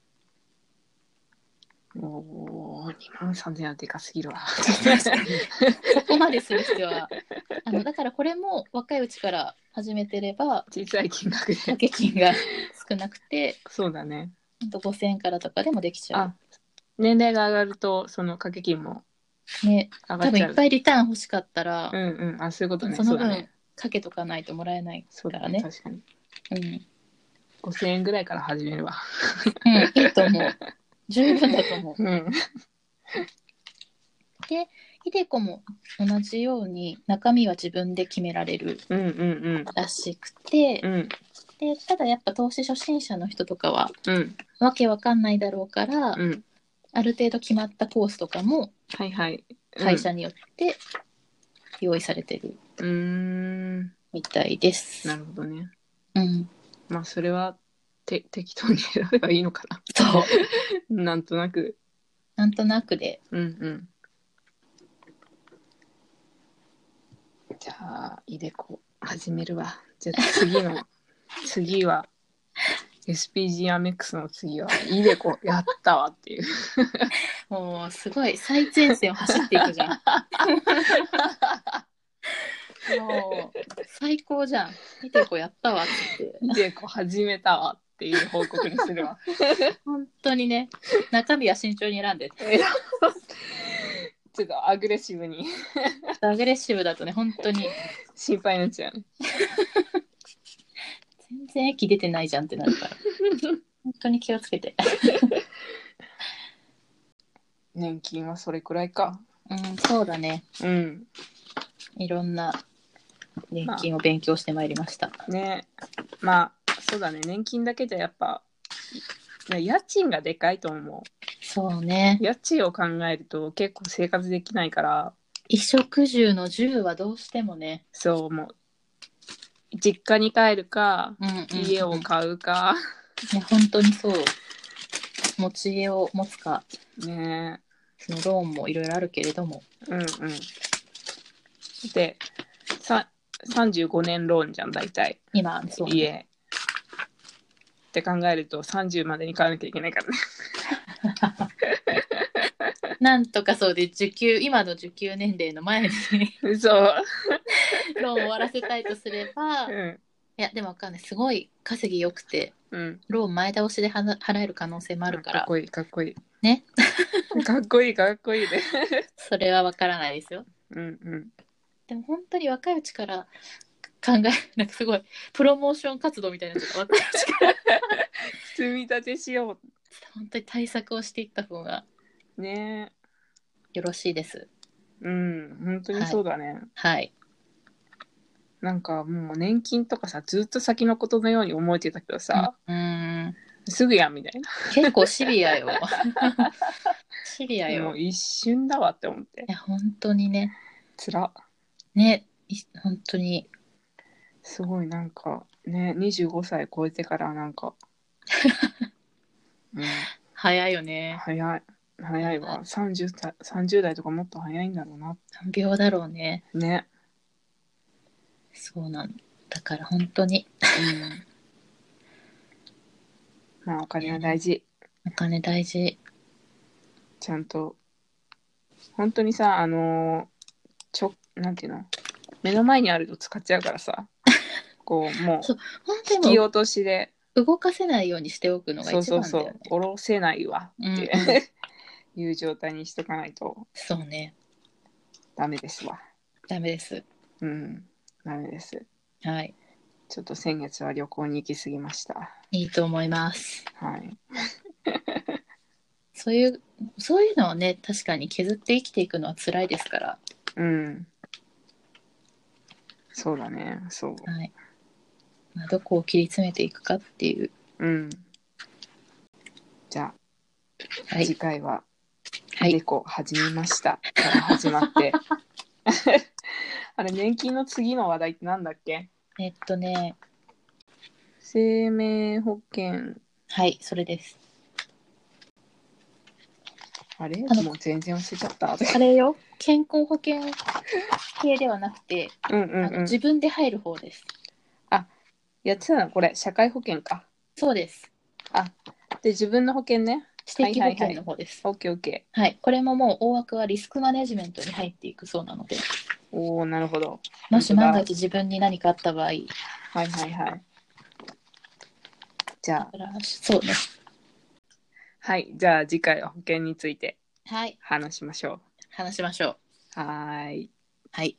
Speaker 1: おお、2万3000円はでかすぎるわ。
Speaker 2: そこまでする必要は。あのだからこれも若いうちから始めてれば
Speaker 1: 小さい金額
Speaker 2: 掛
Speaker 1: で。
Speaker 2: け金が少なくて
Speaker 1: そうだね。
Speaker 2: ほんと5,000円からとかでもできちゃ
Speaker 1: あ、年齢が上がると、その掛け金も
Speaker 2: う。ね
Speaker 1: 上が
Speaker 2: 多
Speaker 1: っ
Speaker 2: 分
Speaker 1: ち
Speaker 2: い
Speaker 1: ゃう。
Speaker 2: っぱいリターン欲しかったら、
Speaker 1: うんうん。あ、そういうことね。
Speaker 2: そ
Speaker 1: そ
Speaker 2: の
Speaker 1: うだ
Speaker 2: 分
Speaker 1: ね。
Speaker 2: かけとかないともらえない
Speaker 1: そう
Speaker 2: か
Speaker 1: だ
Speaker 2: ら
Speaker 1: ね。
Speaker 2: ね。
Speaker 1: 確かに。
Speaker 2: うん、うん
Speaker 1: 5000円ぐらいから始めるわ。
Speaker 2: いいと思う。十分だと思う。
Speaker 1: うん。
Speaker 2: でイデコも同じように中身は自分で決められる
Speaker 1: うんうん
Speaker 2: らしくて
Speaker 1: うん。うん
Speaker 2: でただやっぱ投資初心者の人とかは
Speaker 1: うん
Speaker 2: わけわかんないだろうから、
Speaker 1: うん
Speaker 2: ある程度決まったコースとかも
Speaker 1: はいはい。うん
Speaker 2: 会社によって用意されてる
Speaker 1: うーん。
Speaker 2: みたいです。
Speaker 1: なるほどね。
Speaker 2: うん、
Speaker 1: まあそれはて適当に選べばいいのかな。
Speaker 2: そう。
Speaker 1: なんとなく。
Speaker 2: なんとなくで。
Speaker 1: うんうん。じゃあ、イデコ始めるわ。じゃあ次の、次は、SPG アメックスの次は、イデコやったわっていう。
Speaker 2: もうすごい最前線を走っていくじゃん。もう最高じゃん。見てこうやったわって言っ
Speaker 1: イデコ始めたわっていう報告にするわ。
Speaker 2: て。本当にね、中身は慎重に選んで。
Speaker 1: ちょっとアグレッシブに
Speaker 2: アグレッシブだとね、本当に
Speaker 1: 心配になっちゃうね。
Speaker 2: 全然駅出てないじゃんってなるから。本当に気をつけて。
Speaker 1: 年金はそれくらいか。
Speaker 2: うん、そうだね。
Speaker 1: うん。
Speaker 2: いろんな年金を勉強してまいりました。
Speaker 1: ねまあそうだね年金だけじゃやっぱね家賃がでかいと思
Speaker 2: そうね
Speaker 1: う。家賃を考えると結構生活できないから
Speaker 2: 衣食住の住はどうしてもね。
Speaker 1: そうもう実家に帰るか
Speaker 2: うんうんうん
Speaker 1: 家を買うか、
Speaker 2: ね、本当にそう。持ち家を持つか、
Speaker 1: ね
Speaker 2: そのローンもいろいろあるけれども。
Speaker 1: うんうんでさ35年ローンじゃん大体
Speaker 2: 今、そう、ね。
Speaker 1: 家って考えると30までに買わなきゃいけないからね
Speaker 2: なんとかそうで、受給、今の受給年齢の前に
Speaker 1: そう、
Speaker 2: ローンを終わらせたいとすれば、い
Speaker 1: うん
Speaker 2: や、でもわかんない。すごい稼ぎ良くて、
Speaker 1: うん、
Speaker 2: ローン前倒しではな払える可能性もあるか
Speaker 1: からっ、こいいかっこいい
Speaker 2: ね
Speaker 1: かっこいいかっこいいで、
Speaker 2: それはわからないですよ。
Speaker 1: うんうん
Speaker 2: でも本当に若いうちから考え、 なんかすごい、プロモーション活動みたいなのとか、若いうちから
Speaker 1: 積み立てしよ
Speaker 2: 本当に対策をしていった方が
Speaker 1: うね
Speaker 2: よろしいです。
Speaker 1: うん本当にそうだね、
Speaker 2: はい。
Speaker 1: なんかもう年金とかさずっと先のことのように思えてたけどさ、
Speaker 2: うーん
Speaker 1: すぐやんみたい
Speaker 2: 結構シ ビアよ。シビア
Speaker 1: なも
Speaker 2: よ。
Speaker 1: う
Speaker 2: い
Speaker 1: 一瞬だわって思って
Speaker 2: や本当にね。
Speaker 1: つら
Speaker 2: ね、い本当に。
Speaker 1: すごいなんかね25歳超えてからなん か、うん、
Speaker 2: 早いよね。
Speaker 1: 早い早いわ30代 ,30 代とかもっと早いんだろうな
Speaker 2: 難病だろうね。
Speaker 1: ね、
Speaker 2: そうなんだから本当に
Speaker 1: うん、まあお金は大事
Speaker 2: お金大事。
Speaker 1: ちゃんと本当にさあのーちょなんていうの目の前にあると使っちゃうから さこうも
Speaker 2: そう本
Speaker 1: 引
Speaker 2: 当に
Speaker 1: き
Speaker 2: も
Speaker 1: 落としで
Speaker 2: う動かせないようにしておくのが
Speaker 1: そう
Speaker 2: 一
Speaker 1: そ
Speaker 2: 番
Speaker 1: う
Speaker 2: だ
Speaker 1: そ
Speaker 2: よね。
Speaker 1: う下ろせないわって、 いう状態にしとかないと
Speaker 2: そうね。
Speaker 1: ダメですわ
Speaker 2: ダメです。
Speaker 1: うんダメです
Speaker 2: はい。
Speaker 1: ちょっと先月は旅行に行き過ぎました
Speaker 2: いいと思います。
Speaker 1: はい
Speaker 2: そういうそういうのをね確かに削って生きていくのは辛いですから。
Speaker 1: うんそうだねそう
Speaker 2: はい。まあ、どこを切り詰めていくかっていう。
Speaker 1: うんじゃあ、
Speaker 2: はい
Speaker 1: 次。回は
Speaker 2: はい。
Speaker 1: 猫始めましたから始まって あれ年金の次の話題ってなんだっけ
Speaker 2: えっとね、
Speaker 1: 生命保険
Speaker 2: はい、それです。
Speaker 1: あれ
Speaker 2: あの
Speaker 1: もう全然忘れちゃ った
Speaker 2: あれよ、健康保険系ではなくて、
Speaker 1: うんうん
Speaker 2: あの
Speaker 1: うん
Speaker 2: 自分で入る方です。
Speaker 1: やってたのこれ社会保険か
Speaker 2: そうです。
Speaker 1: で自分の保険ね
Speaker 2: 私的保険の方です。
Speaker 1: オッケーオッケ
Speaker 2: はいこれももう大枠はリスクマネジメントに入っていくそうなので、
Speaker 1: ーおおなるほど
Speaker 2: もし万が一自分に何かあった場合、
Speaker 1: はいはいはいじゃあ
Speaker 2: そうね。
Speaker 1: はいじゃあ次回は保険について
Speaker 2: はい、
Speaker 1: 話しましょ
Speaker 2: 話しましょう。
Speaker 1: うはーい
Speaker 2: はい。